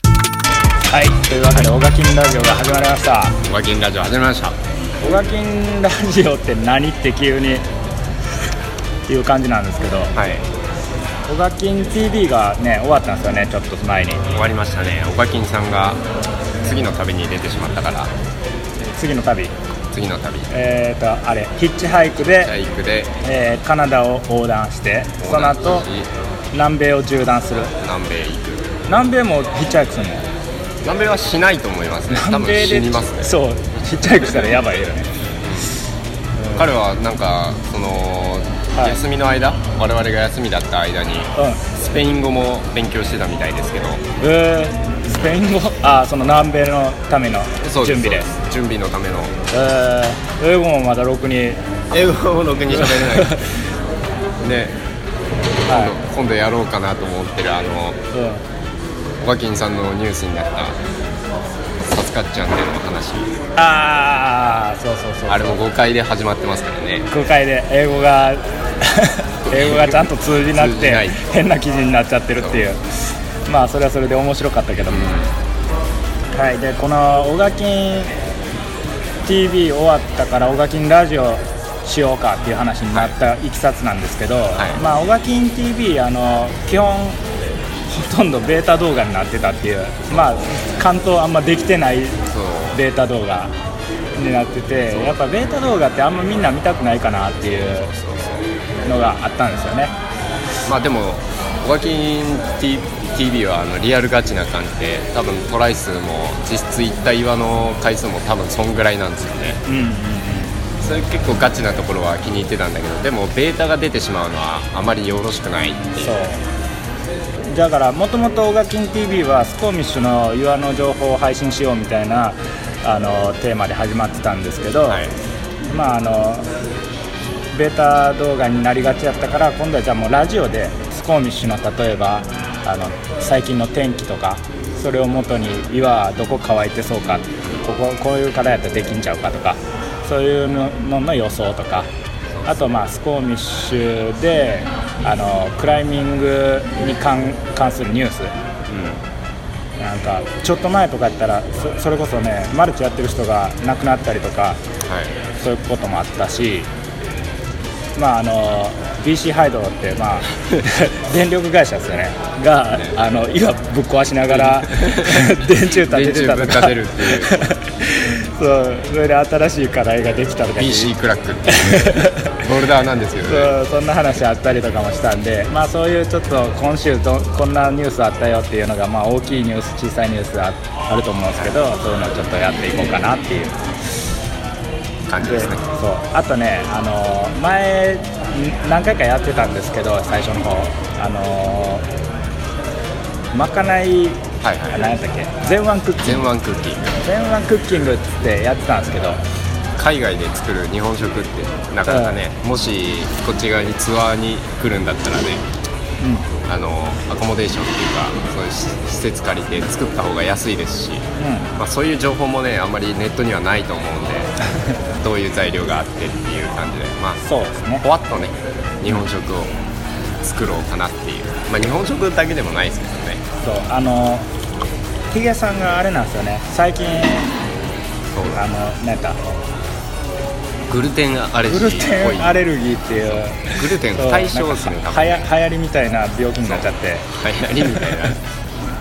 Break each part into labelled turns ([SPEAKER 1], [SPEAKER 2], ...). [SPEAKER 1] はい、というわけで、オガキンラジオが始まりました。
[SPEAKER 2] ワーキンラジオ始まりました
[SPEAKER 1] オガキンラジオって何って急にっていう感じなんですけど、
[SPEAKER 2] はい
[SPEAKER 1] オガキン TV がね、終わったんですよね、ちょっと前に。
[SPEAKER 2] 終わりましたねオカキンさんが次の旅に出てしまったから
[SPEAKER 1] 次の旅、
[SPEAKER 2] 次の旅
[SPEAKER 1] えーと、あれ、ヒッチハイクで、
[SPEAKER 2] 大工で
[SPEAKER 1] えーカナダを横断して、その後
[SPEAKER 2] 同、じ
[SPEAKER 1] 南米を縦断する。
[SPEAKER 2] 南米行く
[SPEAKER 1] 南米もヒッチハイクするの
[SPEAKER 2] 南米はしないと思いますね多
[SPEAKER 1] 南
[SPEAKER 2] 分
[SPEAKER 1] 米
[SPEAKER 2] 死
[SPEAKER 1] で、
[SPEAKER 2] にますね
[SPEAKER 1] そう、ヒッチハイクしたらやばいよね。
[SPEAKER 2] 彼はなんかその、
[SPEAKER 1] はい
[SPEAKER 2] 休みの間我々が休みだった間に
[SPEAKER 1] うん。
[SPEAKER 2] スペイン語も勉強してたみたいですけど
[SPEAKER 1] えー、スペイン語あーその南米のための
[SPEAKER 2] そう
[SPEAKER 1] 準備で
[SPEAKER 2] そう準備のための
[SPEAKER 1] えー英語もまだろくに、
[SPEAKER 2] 英語をろくに喋れない ね今
[SPEAKER 1] は
[SPEAKER 2] 度今度やろうかなと思ってるあの
[SPEAKER 1] いうん、
[SPEAKER 2] オカキンさんのニュースになったサスカッチャンでの話
[SPEAKER 1] ああそうそうそう
[SPEAKER 2] あれも誤解で始まってますからね
[SPEAKER 1] 空海で英語 が英語がちゃんと通じなく
[SPEAKER 2] 通
[SPEAKER 1] て
[SPEAKER 2] じない
[SPEAKER 1] 変な記事になっちゃってるっていうまあそれはそれで面白かったけど、はいでこの「オガキン TV」終わったから「オガキンラジオ」しようかっていう話になったいきさつなんですけど、
[SPEAKER 2] い
[SPEAKER 1] まあオガキン TV あの基本ほとんどベータ動画になってたっていうまあ関東あんまできてない
[SPEAKER 2] そう
[SPEAKER 1] ベータ動画になっててやっぱベータ動画ってあんまみんな見たくないかなっていう
[SPEAKER 2] そうそう
[SPEAKER 1] のがあったんですよね
[SPEAKER 2] まあでもオカキン T- TV はあのリアルガチな感じで多分トライ数も実質行った岩の回数も多分そんぐらいなんですよね
[SPEAKER 1] うんうん
[SPEAKER 2] それ結構ガチなところは気に入ってたんだけどでもベータが出てしまうのはあまりよろしくないっていう
[SPEAKER 1] そうだからもともと「オガキン TV」はスコーミッシュの岩の情報を配信しようみたいなあのテーマで始まってたんですけど、
[SPEAKER 2] はい
[SPEAKER 1] まああのベータ動画になりがちだったから今度はじゃあもうラジオでスコーミッシュの例えばあの最近の天気とかそれを元に岩はどこ乾いてそうかこここういうからやったらできんちゃうかとかそういうののの予想とかあとまあスコーミッシュであのクライミングに関関するニュースなんかちょっと前とかやったらそそれこそねマルチやってる人が亡くなったりとか
[SPEAKER 2] はい
[SPEAKER 1] そういうこともあったし、まあ、あの BC ハイドロって、まあ、 電力会社ですよね、が、あの岩ぶっ壊しながら 電柱立ててたと
[SPEAKER 2] 電
[SPEAKER 1] か
[SPEAKER 2] 柱ぶっ立てるっていう
[SPEAKER 1] そう、それで新しい課題ができたとか
[SPEAKER 2] BC クラックっ ていうボルダーなんですけどね
[SPEAKER 1] そうそんな話あったりとかもしたんで、まあ、そういうちょっと今週どこんなニュースあったよっていうのが、まあ、大きいニュース小さいニュースああると思うんですけどそういうのをちょっとやっていこうかなっていう。
[SPEAKER 2] 感じ
[SPEAKER 1] で
[SPEAKER 2] で
[SPEAKER 1] そ
[SPEAKER 2] す
[SPEAKER 1] う
[SPEAKER 2] ね
[SPEAKER 1] あとね、あのー前ん何回かやってたんですけど最初の方あのーまかない、
[SPEAKER 2] はいはい
[SPEAKER 1] あ何やったっけ全腕クッキン
[SPEAKER 2] 全
[SPEAKER 1] グ
[SPEAKER 2] 腕クッキング
[SPEAKER 1] 全腕クッキングっつってやってたんですけど
[SPEAKER 2] 海外で作る日本食ってなかなかね、もしこっち側にツアーに来るんだったらね、あのアコモデーションっていうかそういう施施設借りて作った方が安いですし、
[SPEAKER 1] う
[SPEAKER 2] まあ、そういう情報もねあんまりネットにはないと思うんで どういう材料があってっていう感じでまあ
[SPEAKER 1] そうですね
[SPEAKER 2] ぽわっとね日本食を作ろうかなっていう、まあ、日本食だけでもないですけどね
[SPEAKER 1] そうあのーヒゲさんがあれなんですよね最近
[SPEAKER 2] そう
[SPEAKER 1] あの何やった
[SPEAKER 2] グルテンアレル
[SPEAKER 1] グ
[SPEAKER 2] ギ
[SPEAKER 1] ル
[SPEAKER 2] ーっぽ
[SPEAKER 1] テ
[SPEAKER 2] い
[SPEAKER 1] ンアレルギーっていう
[SPEAKER 2] グルテン
[SPEAKER 1] そう
[SPEAKER 2] 対象ですね
[SPEAKER 1] なんかは
[SPEAKER 2] 多分
[SPEAKER 1] や流行りみたいな病気になっちゃって
[SPEAKER 2] 流行りみたいな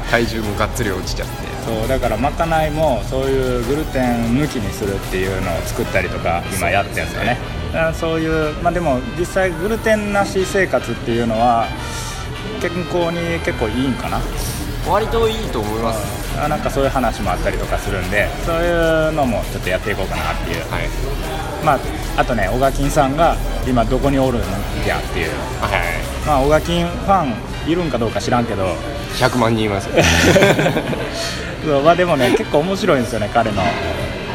[SPEAKER 2] 体重もがっつり落ちちゃって
[SPEAKER 1] そうだからまかないもそういうグルテン抜きにするっていうのを作ったりとか今やってるんですよねだからそういうまあでも実際グルテンなし生活っていうのは健康に結構いいんかな
[SPEAKER 2] 割といいと思います
[SPEAKER 1] あなんかそういう話もあったりとかするんでそういうのもちょっとやっていこうかなっていう
[SPEAKER 2] はい
[SPEAKER 1] まああとね小垣さんが今どこにおるんやっていう
[SPEAKER 2] はい
[SPEAKER 1] まあ小垣ファンいるんかどうか知らんけど
[SPEAKER 2] 100万人いますよ
[SPEAKER 1] そうまあでもね結構面白いんですよね彼の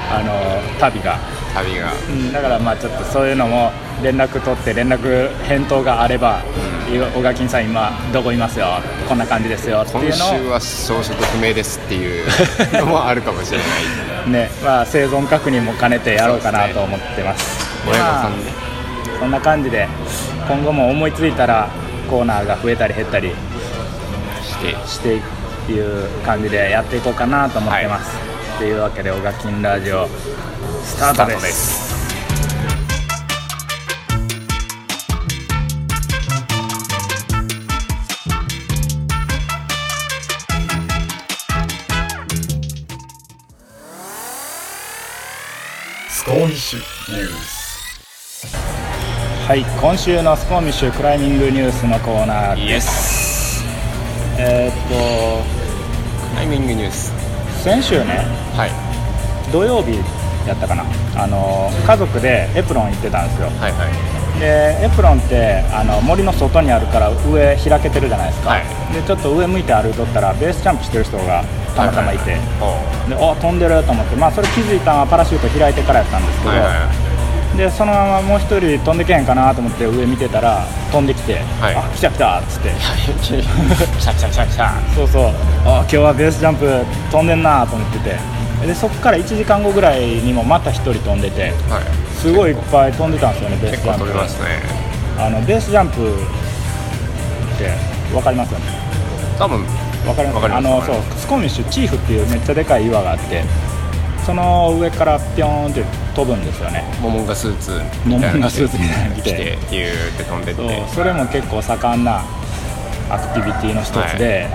[SPEAKER 1] あの旅が。
[SPEAKER 2] 旅が
[SPEAKER 1] うん、だからまあちょっとそういうのも連絡取って連絡返答があれば「い小垣さん今どこいますよこんな感じですよ」って
[SPEAKER 2] 今
[SPEAKER 1] いうの
[SPEAKER 2] 週
[SPEAKER 1] を、
[SPEAKER 2] は消息不明ですっていうのもあるかもしれない
[SPEAKER 1] ねまあ、生存確認も兼ねてやろうかなと思ってます
[SPEAKER 2] 親御さ
[SPEAKER 1] ま
[SPEAKER 2] んね
[SPEAKER 1] あそんな感じで今後も思いついたらコーナーが増えたり減ったり
[SPEAKER 2] して
[SPEAKER 1] していっていう感じでやっていこうかなと思ってます、というわけで「オガキンラジオ」スタートです
[SPEAKER 2] スコーミッシュニュース
[SPEAKER 1] はい今週のスコーミッシュクライミングニュースのコーナー
[SPEAKER 2] イエス
[SPEAKER 1] えーっ
[SPEAKER 2] クライミングニュース
[SPEAKER 1] と先週ね
[SPEAKER 2] はい
[SPEAKER 1] 土曜日やったかなあの家族でエプロン行ってたんですよ
[SPEAKER 2] はいはい
[SPEAKER 1] でエプロンってあの森の外にあるから上開けてるじゃないですか、
[SPEAKER 2] はい
[SPEAKER 1] でちょっと上向いて歩いとったらベースジャンプしてる人がたまたまいて、
[SPEAKER 2] は
[SPEAKER 1] でお飛んでると思って、まあ、それ気づいたのはパラシュート開いてからやったんですけ
[SPEAKER 2] い
[SPEAKER 1] ど、
[SPEAKER 2] はいは
[SPEAKER 1] でそのままもう一人飛んでけへんかなと思って上見てたら飛んできて、
[SPEAKER 2] はい
[SPEAKER 1] あ来た来たっつって
[SPEAKER 2] いシャキシャキシャキシャ
[SPEAKER 1] そうそうあ今日はベースジャンプ飛んでんなと思っててでそこから1時間後ぐらいにもまた1人飛んでて
[SPEAKER 2] はい
[SPEAKER 1] すごいいっぱい飛んでたんですよねベース
[SPEAKER 2] 結
[SPEAKER 1] ジ
[SPEAKER 2] 構
[SPEAKER 1] ャンプ
[SPEAKER 2] 飛びますね
[SPEAKER 1] あのベースジャンプって分かりますよね
[SPEAKER 2] 多分
[SPEAKER 1] わかります
[SPEAKER 2] わかります
[SPEAKER 1] あの
[SPEAKER 2] わか
[SPEAKER 1] そ
[SPEAKER 2] り
[SPEAKER 1] うスコミッシュチーフっていうめっちゃでかい岩があってその上からピョーンって飛ぶんですよね
[SPEAKER 2] モモンガスーツ
[SPEAKER 1] モモンガスーツみたいなの
[SPEAKER 2] 着
[SPEAKER 1] 着
[SPEAKER 2] て
[SPEAKER 1] て
[SPEAKER 2] ビューって飛んでって
[SPEAKER 1] そうそれも結構盛んなアクティビティの一つで、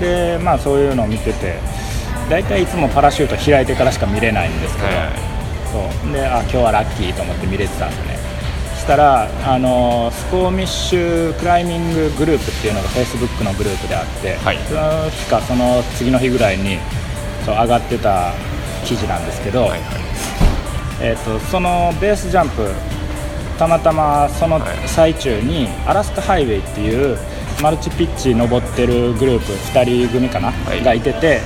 [SPEAKER 1] でまあそういうのを見てて大体いつもパラシュート開いてからしか見れないんですけど、
[SPEAKER 2] は
[SPEAKER 1] そうであ今日はラッキーと思って見れてたんですねしたらあのスコーミッシュクライミンググループっていうのが Facebook のグループであって、
[SPEAKER 2] はい
[SPEAKER 1] その日かその次の日ぐらいにそう上がってた記事なんですけど、
[SPEAKER 2] いはいはい
[SPEAKER 1] えー、とそのベースジャンプたまたまその
[SPEAKER 2] はい
[SPEAKER 1] 最中にアラスカハイウェイっていうマルチピッチ登ってるグループ2人組かな、
[SPEAKER 2] い
[SPEAKER 1] がいてて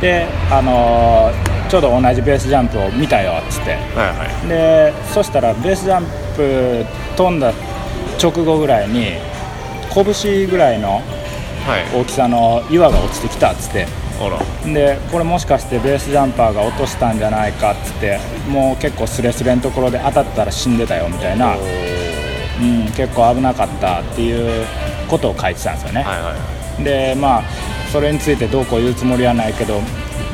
[SPEAKER 1] で、あのーちょうど同じベースジャンプを見たよっつって
[SPEAKER 2] はいはい
[SPEAKER 1] でそしたらベースジャンプ飛んだ直後ぐらいに拳ぐらいの
[SPEAKER 2] はい
[SPEAKER 1] 大きさの岩が落ちてきたっつって
[SPEAKER 2] あら
[SPEAKER 1] でこれもしかしてベースジャンパーが落としたんじゃないかっつってもう結構スレスレのところで当たったら死んでたよみたいな、うん、結構危なかったっていうことを書いてたんですよね、
[SPEAKER 2] はいはい
[SPEAKER 1] でまあそれについてどうこう言うつもりはないけど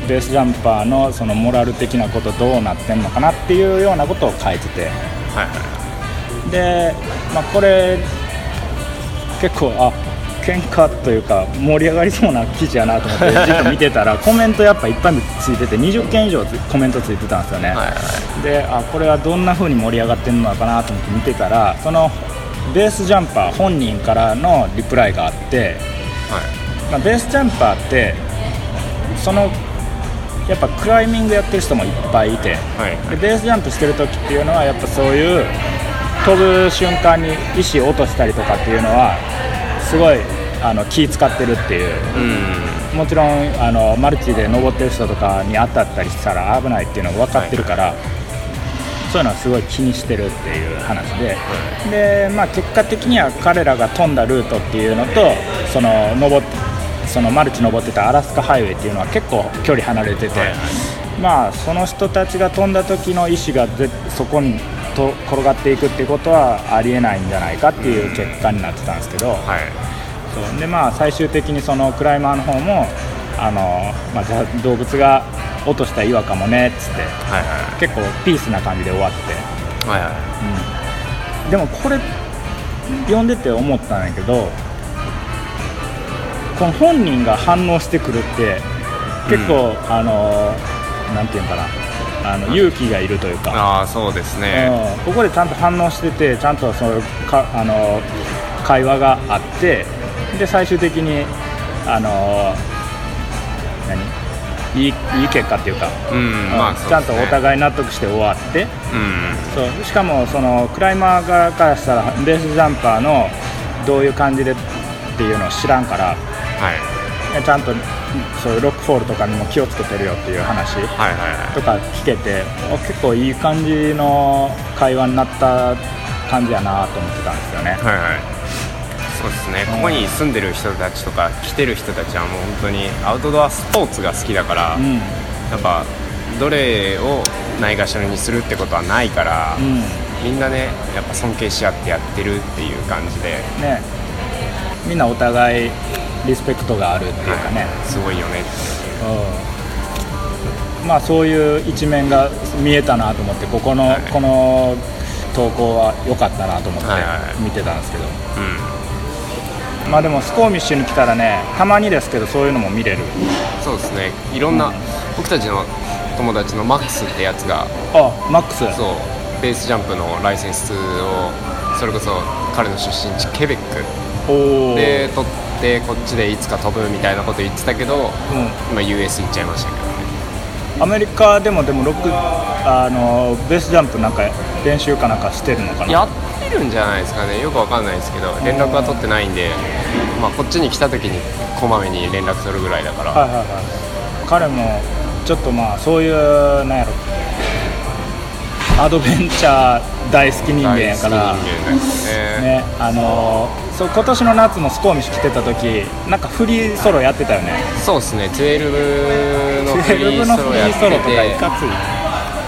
[SPEAKER 1] ベースジャンパーのそのモラル的なことどうなってんのかなっていうようなことを書いてて
[SPEAKER 2] はいは
[SPEAKER 1] で、まあ、これ結構あ喧嘩というか盛り上がりそうな記事やなと思 ってちょっと見てたらコメントやっぱいっぱいついてて20件以上つコメントついてたんですよね、
[SPEAKER 2] いはいはい
[SPEAKER 1] であこれはどんな風に盛り上がってるのかなと思って見てたらそのベースジャンパー本人からのリプライがあって、
[SPEAKER 2] はい
[SPEAKER 1] まあ、ベースジャンパーってそのやっぱクライミングやってる人もいっぱいいて、
[SPEAKER 2] はい
[SPEAKER 1] でベースジャンプしてる時っていうのはやっぱそういう飛ぶ瞬間に石を落としたりとかっていうのはすごいあの気使ってるっていう
[SPEAKER 2] うん
[SPEAKER 1] もちろんあのマルチで登ってる人とかに当たったりしたら危ないっていうのが分かってるから、そういうのはすごい気にしてるっていう話で、でまあ、結果的には彼らが飛んだルートっていうのとその登っそのマルチ登ってたアラスカハイウェイっていうのは結構距離離れてて、
[SPEAKER 2] はいはい
[SPEAKER 1] まあ、その人たちが飛んだ時の意思がぜそこにと転がっていくっていうことはありえないんじゃないかっていう結果になってたんですけど。
[SPEAKER 2] はい
[SPEAKER 1] そうでまあ最終的にそのクライマーの方もあの、まあ、じゃあ動物が落とした岩かもねっつって
[SPEAKER 2] はい
[SPEAKER 1] 結構ピースな感じで終わって
[SPEAKER 2] はいはいは
[SPEAKER 1] でもこれ読んでて思ったんやけどこの本人が反応してくるって結構、あのなんていうんかなあの勇気がいるという
[SPEAKER 2] い
[SPEAKER 1] か、
[SPEAKER 2] ああそうですね
[SPEAKER 1] うん、ここでちゃんと反応しててちゃんとそのかあの会話があってで最終的にあの何いいいい結果っていうか、
[SPEAKER 2] うん
[SPEAKER 1] うん
[SPEAKER 2] まあそうですね
[SPEAKER 1] ちゃんとお互い納得して終わって
[SPEAKER 2] うん
[SPEAKER 1] そうしかもそのクライマー側からしたらベースジャンパーのどういう感じでっていうのを知らんから
[SPEAKER 2] はい
[SPEAKER 1] ちゃんとそういうロックフォールとかにも気をつけてるよっていう話。
[SPEAKER 2] はいはいは
[SPEAKER 1] とか聞けてあ結構いい感じの会話になった感じやなと思ってたんですよね
[SPEAKER 2] いはいはいそうですねここに住んでる人たちとか来てる人たちはもう本当にアウトドアスポーツが好きだから、
[SPEAKER 1] うん
[SPEAKER 2] やっぱどれをないがしろにするってことはないから、
[SPEAKER 1] うん
[SPEAKER 2] みんなねやっぱ尊敬し合ってやってるっていう感じで
[SPEAKER 1] ねみんなお互いリスペクトがあるっていうかね、
[SPEAKER 2] すごいよね
[SPEAKER 1] うんまあそういう一面が見えたなと思ってここの、
[SPEAKER 2] はい
[SPEAKER 1] この投稿は良かったなと思って
[SPEAKER 2] はいはいはい
[SPEAKER 1] 見てたんですけど、
[SPEAKER 2] うん
[SPEAKER 1] まあでもスコーミッシュに来たらねたまにですけどそういうのも見れる
[SPEAKER 2] そうですねいろんな僕たちの友達のマックスってやつが
[SPEAKER 1] あマックス
[SPEAKER 2] そうベースジャンプのライセンスをそれこそ彼の出身地ケベック
[SPEAKER 1] おお
[SPEAKER 2] で取ってこっちでいつか飛ぶみたいなこと言ってたけど、今 US 行っちゃいましたけどね
[SPEAKER 1] アメリカでもでもロックあのベースジャンプなんか練習かなんかしてるのかな
[SPEAKER 2] やってるんじゃないですかねよくわかんないですけど連絡は取ってないんで、まあ、こっちに来た時にこまめに連絡取るぐらいだから、
[SPEAKER 1] はいはいはい彼もちょっとまあそういうなんやろアドベンチャー大好き人間やから
[SPEAKER 2] 大好き人間ですね
[SPEAKER 1] ねあのそう今年の夏もスコーミッシュ来てた時なんかフリーソロやってたよね
[SPEAKER 2] そうですね12のフリー
[SPEAKER 1] 12の
[SPEAKER 2] ソロ
[SPEAKER 1] フリ
[SPEAKER 2] や
[SPEAKER 1] ー
[SPEAKER 2] っ
[SPEAKER 1] ソロ
[SPEAKER 2] て
[SPEAKER 1] とかい
[SPEAKER 2] て
[SPEAKER 1] かつい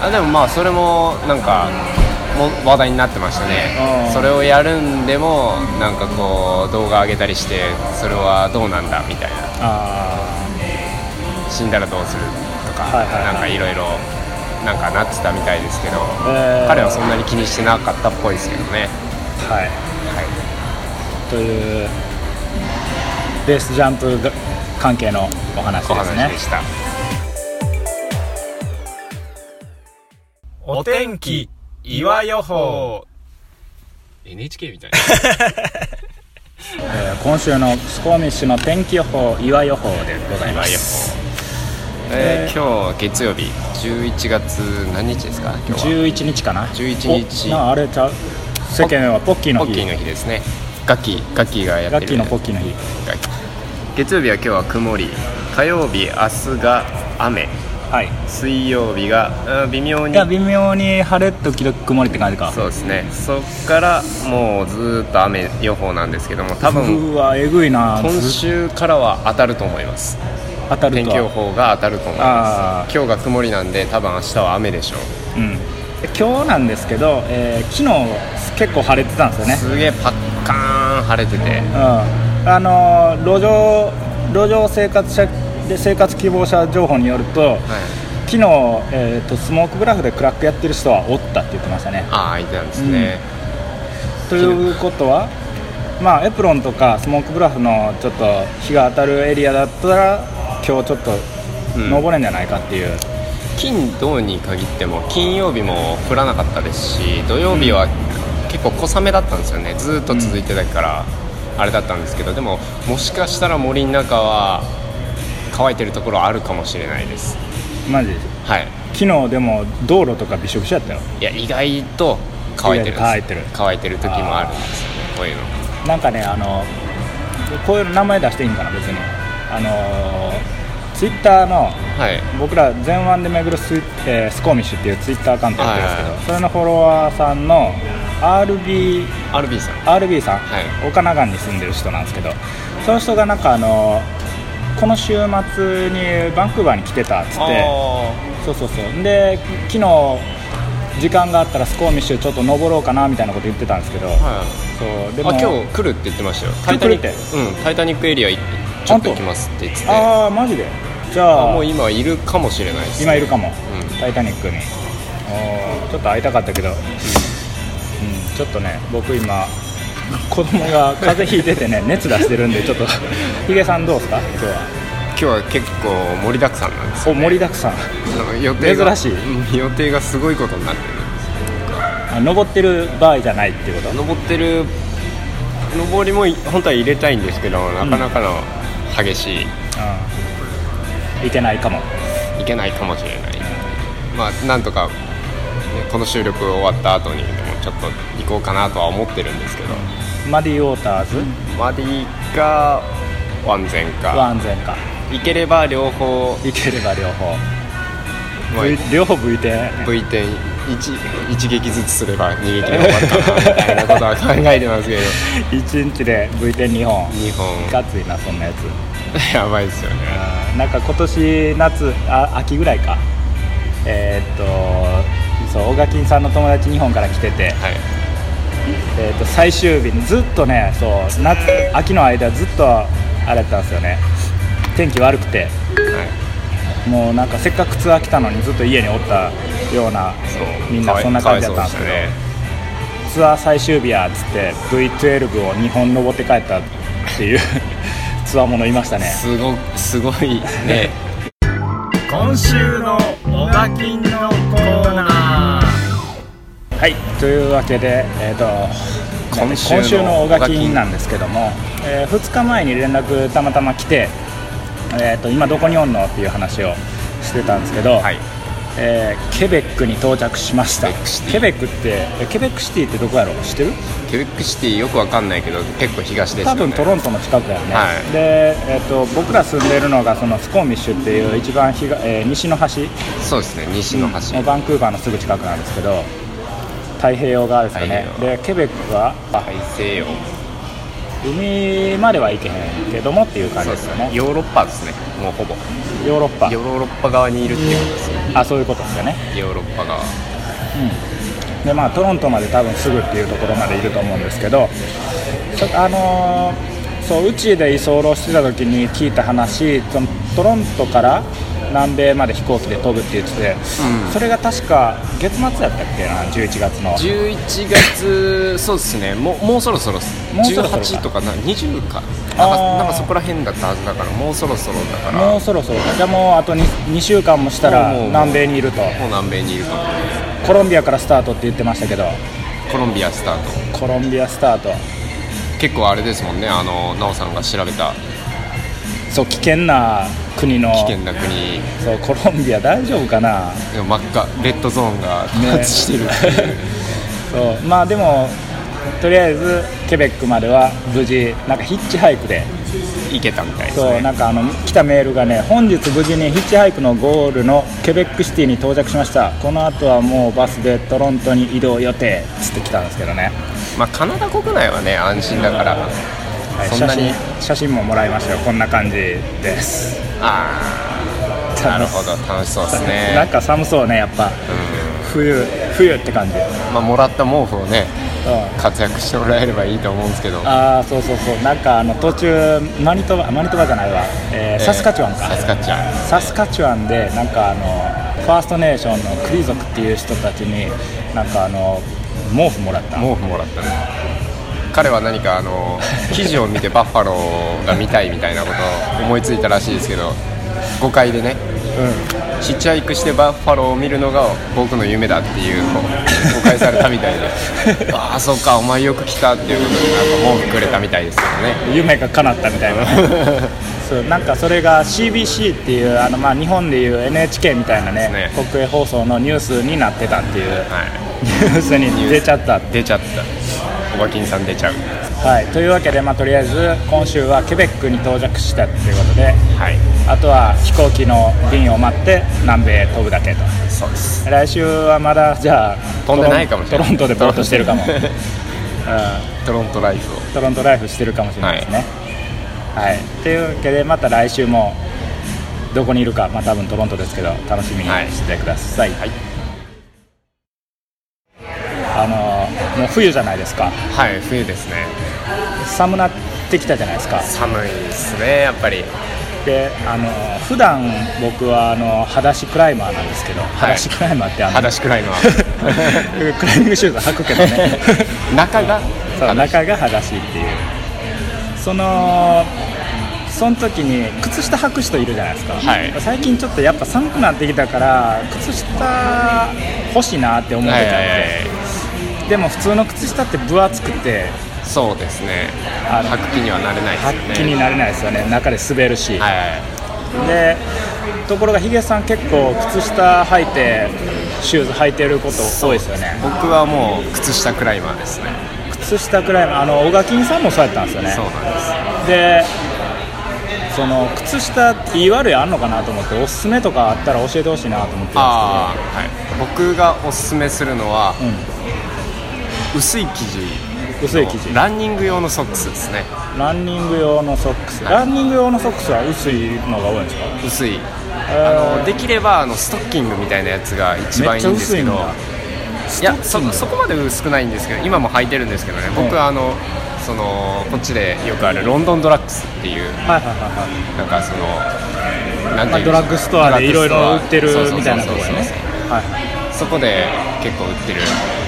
[SPEAKER 2] あでもまあそれもなんかも話題になってました
[SPEAKER 1] う
[SPEAKER 2] ね
[SPEAKER 1] ん
[SPEAKER 2] それをやるんでもなんかこう動画上げたりしてそれはどうなんだみたいな
[SPEAKER 1] あ
[SPEAKER 2] 死んだらどうするとか、
[SPEAKER 1] はいはいはい
[SPEAKER 2] なんかいろいろなんかなってたみたいですけど、
[SPEAKER 1] えー
[SPEAKER 2] 彼はそんなに気にしてなかったっぽいですけどね、
[SPEAKER 1] あはい
[SPEAKER 2] は
[SPEAKER 1] というベースジャンプが関係のお話
[SPEAKER 2] い、お
[SPEAKER 1] です
[SPEAKER 2] 話
[SPEAKER 1] ね
[SPEAKER 2] でした、
[SPEAKER 3] お天気、岩予報。
[SPEAKER 2] NHK みたい
[SPEAKER 1] えー今週のスコーミッシュの天気予報岩予報でございま
[SPEAKER 2] 岩予
[SPEAKER 1] す
[SPEAKER 2] な、えー今日月曜日11月何日ですか今日は
[SPEAKER 1] 11日かな
[SPEAKER 2] 11日
[SPEAKER 1] おなあれちゃう世間はポッキーの
[SPEAKER 2] ポ
[SPEAKER 1] 日
[SPEAKER 2] ッキーの日ですねガッキーガッキーがやっ
[SPEAKER 1] ガ
[SPEAKER 2] て
[SPEAKER 1] ッ
[SPEAKER 2] る
[SPEAKER 1] キーのポッキーの日
[SPEAKER 2] はい月曜日は今日は曇り火曜日明日が雨
[SPEAKER 1] はい
[SPEAKER 2] 水曜日がうん微妙に
[SPEAKER 1] いや微妙に晴れ時々曇りって感じか
[SPEAKER 2] そうですねそっからもうずーっと雨予報なんですけども多分
[SPEAKER 1] うわえぐいな
[SPEAKER 2] 今
[SPEAKER 1] ず
[SPEAKER 2] 週からは当たると思います
[SPEAKER 1] 当たる
[SPEAKER 2] 天
[SPEAKER 1] と
[SPEAKER 2] 気予
[SPEAKER 1] は
[SPEAKER 2] 報が当たると思い
[SPEAKER 1] あ
[SPEAKER 2] ます今日が曇りなんで多分明日は雨でしょう
[SPEAKER 1] うんで今日なんですけど、えー昨日結構晴れてたんですよね
[SPEAKER 2] すげえパッカーン晴れてて
[SPEAKER 1] うんあのー路上路上生活者で生活希望者情報によると、昨日、えー、とスモークグラフでクラックやってる人はおったって言ってましたね
[SPEAKER 2] ああいたんですね、
[SPEAKER 1] ということはまあエプロンとかスモークグラフのちょっと日が当たるエリアだったら今日ちょっと
[SPEAKER 2] うん
[SPEAKER 1] 登れんじゃないかっていう、
[SPEAKER 2] 金土に限っても金曜日も降らなかったですし土曜日は結構小雨だったんですよねずーっと続いてたから、あれだったんですけどでももしかしたら森の中は乾いてるところあるかもしれないです
[SPEAKER 1] マジ
[SPEAKER 2] はい
[SPEAKER 1] 昨日でも道路とかびしょびしょやったよ
[SPEAKER 2] いや意外と乾いてるんです
[SPEAKER 1] 意外と乾いてる
[SPEAKER 2] 乾いてる時もあるんですよねこういうの
[SPEAKER 1] なんかねあのこういう名前出していいんかな別にあのツイッターの
[SPEAKER 2] はい
[SPEAKER 1] 僕ら「前腕で巡るス,、えースコーミッシュ」っていうツイッターアカウントやってるんですけど、
[SPEAKER 2] はいはい
[SPEAKER 1] それのフォロワーさんの RB
[SPEAKER 2] RB さん
[SPEAKER 1] RB さん、
[SPEAKER 2] はい
[SPEAKER 1] 岡永に住んでる人なんですけどその人がなんかあのこの週末にバンクーバーに来てたっつってそうそうそうで昨日時間があったらスコーミッシュちょっと登ろうかなみたいなこと言ってたんですけど、
[SPEAKER 2] はい
[SPEAKER 1] そうで
[SPEAKER 2] あ
[SPEAKER 1] も
[SPEAKER 2] 今日来るって言ってましたよタイ
[SPEAKER 1] 今日来
[SPEAKER 2] タ
[SPEAKER 1] るっ
[SPEAKER 2] ニッ
[SPEAKER 1] て
[SPEAKER 2] クうんタイタニックエリア行ってちょっと行きますって言ってて
[SPEAKER 1] ああマジでじゃあ
[SPEAKER 2] もう今いるかもしれないです
[SPEAKER 1] 今いるかも、
[SPEAKER 2] うん
[SPEAKER 1] タイタニックにおーちょっと会いたかったけど、うん、ちょっとね僕今子供が風邪ひいててね熱出してるんでちょっとヒゲさんどうですか今日は
[SPEAKER 2] 今日は結構盛りだくさんなんです
[SPEAKER 1] お
[SPEAKER 2] よ、ね、
[SPEAKER 1] 盛りだくさん
[SPEAKER 2] 予定が
[SPEAKER 1] 珍し
[SPEAKER 2] い予定がすごいことになってるんです
[SPEAKER 1] あ登ってる場合じゃないっていうこと
[SPEAKER 2] 登ってる登りもい本当は入れたいんですけどなかなかの激しい、
[SPEAKER 1] うんいけないかも
[SPEAKER 2] いけないかもしれないまあなんとか、ねこの収録終わった後にでもちょっと行こうかなとは思ってるんですけど
[SPEAKER 1] マディ・ウォーターズ
[SPEAKER 2] マディかワンゼン
[SPEAKER 1] は
[SPEAKER 2] か
[SPEAKER 1] 安全か
[SPEAKER 2] 行ければ両方
[SPEAKER 1] いければ両方、
[SPEAKER 2] まあ
[SPEAKER 1] V- 両方向いて
[SPEAKER 2] V 点一一撃ずつすれば逃げ切れば終わったなみたいなことは考えてますけど
[SPEAKER 1] 1日で V 点2本
[SPEAKER 2] 2本
[SPEAKER 1] いかついなそんなやつ
[SPEAKER 2] やばいですよね
[SPEAKER 1] あーなんか今年夏あ秋ぐらいかえーっとそう小垣さんの友達日本から来てて、
[SPEAKER 2] はい
[SPEAKER 1] えーっと最終日にずっとねそう夏秋の間ずっとあれだったんですよね天気悪くて
[SPEAKER 2] はい
[SPEAKER 1] もうなんかせっかくツアー来たのにずっと家におったような
[SPEAKER 2] そう
[SPEAKER 1] みんなそんな感じだったんですけど、
[SPEAKER 2] かわい
[SPEAKER 1] ツアー最終日やっつって V12 を2本登って帰ったっていう ツアーものいましたね
[SPEAKER 2] そうでしたねすごすごいね
[SPEAKER 3] 今週のオガキンのコーナー
[SPEAKER 1] はいというわけで、えー、と
[SPEAKER 2] 今週の
[SPEAKER 1] 今週のおがき
[SPEAKER 2] おがき
[SPEAKER 1] なんですけども、え2日前に連絡たまたま来て、えー、と今どこにおんのっていう話をしてたんですけど、
[SPEAKER 2] はい
[SPEAKER 1] えーケベックに到着しました
[SPEAKER 2] ケベッ
[SPEAKER 1] ケベック
[SPEAKER 2] クシティ
[SPEAKER 1] ってえケベックシティってどこやろ知ってる
[SPEAKER 2] ケベックシティよくわかんないけど結構東ですよ
[SPEAKER 1] 多
[SPEAKER 2] ね
[SPEAKER 1] 分トロントの近くやね、
[SPEAKER 2] はい
[SPEAKER 1] で、えー、と僕ら住んでるのがそのスコーミッシュっていう一番東、えー西の端
[SPEAKER 2] そうですね西の端、
[SPEAKER 1] もうバンクーバーのすぐ近くなんですけど太平洋側ですかね
[SPEAKER 2] 太平
[SPEAKER 1] でケベックはあ
[SPEAKER 2] 大西洋
[SPEAKER 1] 海までは行けへんけどもっていう感じ
[SPEAKER 2] そう
[SPEAKER 1] で
[SPEAKER 2] ですす
[SPEAKER 1] よ
[SPEAKER 2] ね
[SPEAKER 1] ね
[SPEAKER 2] ヨーロッパですねもうほぼ
[SPEAKER 1] ヨーロッパ
[SPEAKER 2] ヨーロッパ側にいるっていうことですね
[SPEAKER 1] あそういうことですよね
[SPEAKER 2] ヨーロッパ側
[SPEAKER 1] でまあトロントまで多分すぐっていうところまでいると思うんですけどそあのーそううちで居候してた時に聞いた話そのトロントから南米まで飛行機で飛ぶって言ってて、それが確か月末やったっけな11月の
[SPEAKER 2] 11月そうですねもうもうそろそろっす
[SPEAKER 1] もうそろそろか
[SPEAKER 2] 18とかな20かなん
[SPEAKER 1] あ
[SPEAKER 2] か
[SPEAKER 1] ー
[SPEAKER 2] なんかそこら辺だったはずだからもうそろそろだから
[SPEAKER 1] も
[SPEAKER 2] も
[SPEAKER 1] うそろそろかじゃあもうあと 2, 2週間もしたら
[SPEAKER 2] もうもう
[SPEAKER 1] 南米にいると
[SPEAKER 2] う南米にいるかも
[SPEAKER 1] コロンビアからスタートって言ってましたけど
[SPEAKER 2] コロンビアスタート
[SPEAKER 1] コロンビアスタート
[SPEAKER 2] 結構あれですもんねあの奈緒さんが調べた
[SPEAKER 1] そう危険な国の
[SPEAKER 2] 危険な国
[SPEAKER 1] そうコロンビア大丈夫かな
[SPEAKER 2] でも真っ赤レッドゾーンが多
[SPEAKER 1] ね
[SPEAKER 2] 発してるっていう、
[SPEAKER 1] そうまあでもとりあえずケベックまでは無事なんかヒッチハイクで
[SPEAKER 2] 行けたみたいです
[SPEAKER 1] そう
[SPEAKER 2] ね
[SPEAKER 1] なんかあの来たメールがね本日無事にヒッチハイクのゴールのケベックシティに到着しましたこの後はもうバスでトロントに移動予定つって来たんですけどね、
[SPEAKER 2] まあカナダ国内はね安心だから
[SPEAKER 1] はい、
[SPEAKER 2] そん
[SPEAKER 1] 写
[SPEAKER 2] なに
[SPEAKER 1] 真写真ももらいましたよこんな感じです
[SPEAKER 2] ああなるほど楽しそうです
[SPEAKER 1] なん
[SPEAKER 2] ね、
[SPEAKER 1] か寒そうねやっぱ
[SPEAKER 2] う
[SPEAKER 1] 冬冬って感じ、うん、
[SPEAKER 2] んまあ、もらった毛布をね活躍してもらえればいいと思うんですけど
[SPEAKER 1] ああそうそうそうなんかあの途中マニトバマニトバじゃないわ、えーサスカチュワンか
[SPEAKER 2] サスカチュワン
[SPEAKER 1] サスカチュワンでなんかあのファーストネーションのクリ族っていう人たちになんかあの毛布もらった
[SPEAKER 2] 毛布もらったね彼は何かあの記事を見てバッファローが見たいみたいなことを思いついたらしいですけど誤解でね
[SPEAKER 1] う
[SPEAKER 2] ヒッチハイクしてバッファローを見るのが僕の夢だっていうのを誤解されたみたいでああそうかお前よく来たっていうことでなんか毛布くれたみたいですけどね
[SPEAKER 1] ん、夢が叶ったみたい なそうなんかそれが CBC っていうあの、まあ、日本でいう NHK みたいなね
[SPEAKER 2] ですね
[SPEAKER 1] 国営放送のニュースになってたっていう
[SPEAKER 2] は
[SPEAKER 1] ニュースに出ちゃった
[SPEAKER 2] い出ちゃったおばきんさん出ちゃう
[SPEAKER 1] はい、というわけで、まあ、とりあえず今週はケベックに到着したということで
[SPEAKER 2] はい
[SPEAKER 1] あとは飛行機の便を待って南米へ飛ぶだけと
[SPEAKER 2] そうです
[SPEAKER 1] 来週はまだじゃあ
[SPEAKER 2] 飛んでないかもしれない
[SPEAKER 1] トロントでぼーっとしてるか も、うん、
[SPEAKER 2] トロントライフを
[SPEAKER 1] トロントライフしてるかもしれないですねはい、というわけでまた来週もどこにいるか、まあ、多分トロントですけど楽しみにしてください、
[SPEAKER 2] はい
[SPEAKER 1] あのもう冬じゃないですか
[SPEAKER 2] はい冬ですね
[SPEAKER 1] 寒なってきたじゃないですか
[SPEAKER 2] 寒いですねやっぱり
[SPEAKER 1] であの普段僕はあの裸足クライマーなんですけど、裸足クライマーってあの
[SPEAKER 2] 裸足くらいのは
[SPEAKER 1] クライミングシューズ履く けどね
[SPEAKER 2] 中が
[SPEAKER 1] そう中が裸足っていうそのその時に靴下履く人いるじゃないですか、
[SPEAKER 2] はい
[SPEAKER 1] 最近ちょっとやっぱ寒くなってきたから靴下欲しいなって思ってたんで、でも普通の靴下って分厚くて
[SPEAKER 2] そうですね
[SPEAKER 1] あの
[SPEAKER 2] 白気にはなれないですよね
[SPEAKER 1] 履きになれないですよね中で滑るし、
[SPEAKER 2] はいはい
[SPEAKER 1] でところがヒゲさん結構靴下履いてシューズ履いてること多いですよね
[SPEAKER 2] 僕はもう靴下クライマーですね
[SPEAKER 1] 靴下くらいもあの小垣さんもそうやったんですよね
[SPEAKER 2] そうなんです
[SPEAKER 1] でその靴下っていい悪いあんのかなと思っておすすめとかあったら教えてほしいなと思って
[SPEAKER 2] あ
[SPEAKER 1] ま
[SPEAKER 2] あはい僕がおすすめするのは、
[SPEAKER 1] すけど
[SPEAKER 2] 薄い生
[SPEAKER 1] 薄い生
[SPEAKER 2] 地
[SPEAKER 1] 地
[SPEAKER 2] のランニング用のソックスですね
[SPEAKER 1] ランニング用のソックス
[SPEAKER 2] はい
[SPEAKER 1] ランニング用のソックスは薄いのが多いんですか
[SPEAKER 2] 薄い
[SPEAKER 1] あ
[SPEAKER 2] あのできればあのストッキングみたいなやつが一
[SPEAKER 1] め
[SPEAKER 2] 番
[SPEAKER 1] っ
[SPEAKER 2] い
[SPEAKER 1] ち
[SPEAKER 2] い
[SPEAKER 1] ゃ
[SPEAKER 2] んです
[SPEAKER 1] 薄
[SPEAKER 2] け
[SPEAKER 1] いんだ
[SPEAKER 2] どいやそそこまで薄くないんですけど今も履いてるんですけどね僕はあの、そそのこっちでよくあるロンドンドラッグスっていう
[SPEAKER 1] はいはいはい
[SPEAKER 2] なんかそのなんて
[SPEAKER 1] はいい、
[SPEAKER 2] うん
[SPEAKER 1] ドラッグストアでいろいろ売ってる
[SPEAKER 2] ドラッグストア
[SPEAKER 1] みたいなところ
[SPEAKER 2] そう
[SPEAKER 1] ね
[SPEAKER 2] そうそうそう
[SPEAKER 1] はい
[SPEAKER 2] そこで結構売ってる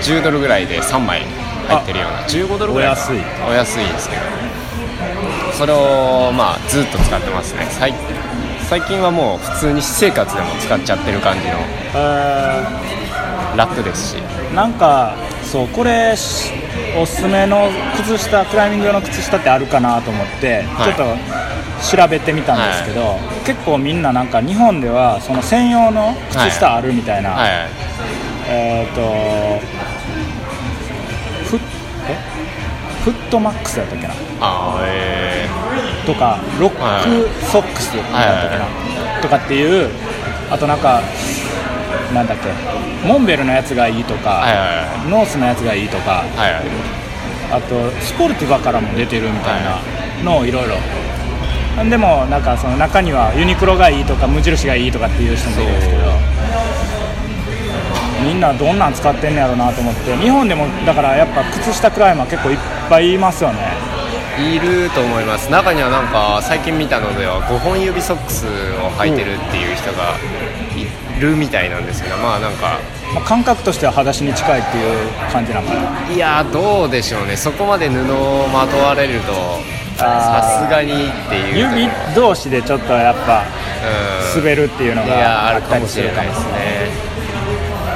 [SPEAKER 2] 10ドルぐらいで3枚入ってるような15ドルぐらいかな
[SPEAKER 1] お安い
[SPEAKER 2] お安いんですけどそれをまあずっと使ってますね最最近はもう普通に私生活でも使っちゃってる感じの
[SPEAKER 1] え
[SPEAKER 2] 楽ですし
[SPEAKER 1] ーなんかそうこれしおすすめの靴下クライミング用の靴下ってあるかなと思って、
[SPEAKER 2] はい
[SPEAKER 1] ちょっと調べてみたんですけど、結構みんななんか日本ではその専用の靴下あるみたいな、
[SPEAKER 2] はいはい
[SPEAKER 1] えっ、とフッえフットマックスだったっけな
[SPEAKER 2] あーえ
[SPEAKER 1] とかロックソックスだったっけな、とかっていうあとなんかなんだっけモンベルのやつがいいとか、
[SPEAKER 2] ーはいはいはい
[SPEAKER 1] ノースのやつがいいとか
[SPEAKER 2] はいはい
[SPEAKER 1] あとスポルティバからも出てるみたいなのをいろいろでもなんかその中にはユニクロがいいとか無印がいいとかっていう人もいるんですけどみんなどんなん使ってんのやろうなと思って日本でもだからやっぱ靴下クライマー結構いっぱいいますよね
[SPEAKER 2] いると思います中にはなんか最近見たのでは5本指ソックスを履いてるっていう人がいるみたいなんですけどまあなんか
[SPEAKER 1] まあ感覚としては裸足に近いっていう感じなのかない
[SPEAKER 2] やーどうでしょうねそこまで布をまとわれると
[SPEAKER 1] あー
[SPEAKER 2] さすがにっていうところ
[SPEAKER 1] 指同士でちょっとやっぱ
[SPEAKER 2] うん
[SPEAKER 1] 滑るっていうの
[SPEAKER 2] いや
[SPEAKER 1] が
[SPEAKER 2] ーあ
[SPEAKER 1] あ
[SPEAKER 2] る
[SPEAKER 1] った
[SPEAKER 2] か
[SPEAKER 1] り
[SPEAKER 2] も
[SPEAKER 1] す
[SPEAKER 2] し
[SPEAKER 1] る
[SPEAKER 2] れ
[SPEAKER 1] か
[SPEAKER 2] ない
[SPEAKER 1] も
[SPEAKER 2] ですね、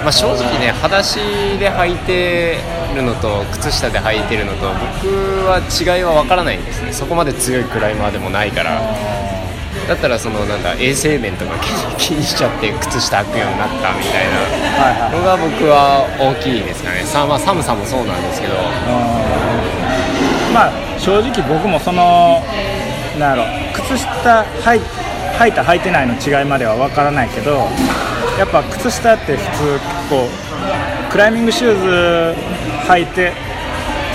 [SPEAKER 2] まあ、正直ね裸足で履いてるのと靴下で履いてるのと僕は違いは分からないんですねそこまで強いクライマーでもないからだったらそのなんか衛生面とか気にしちゃって靴下履くようになったみたいな
[SPEAKER 1] はいはい
[SPEAKER 2] のが僕は大きいですかねさ、まあ、寒さもそうなんですけど
[SPEAKER 1] うんまあ正直僕もそのなんやろ靴下はい履いた履いてないの違いまでは分からないけどやっぱ靴下って普通こうクライミングシューズ履いて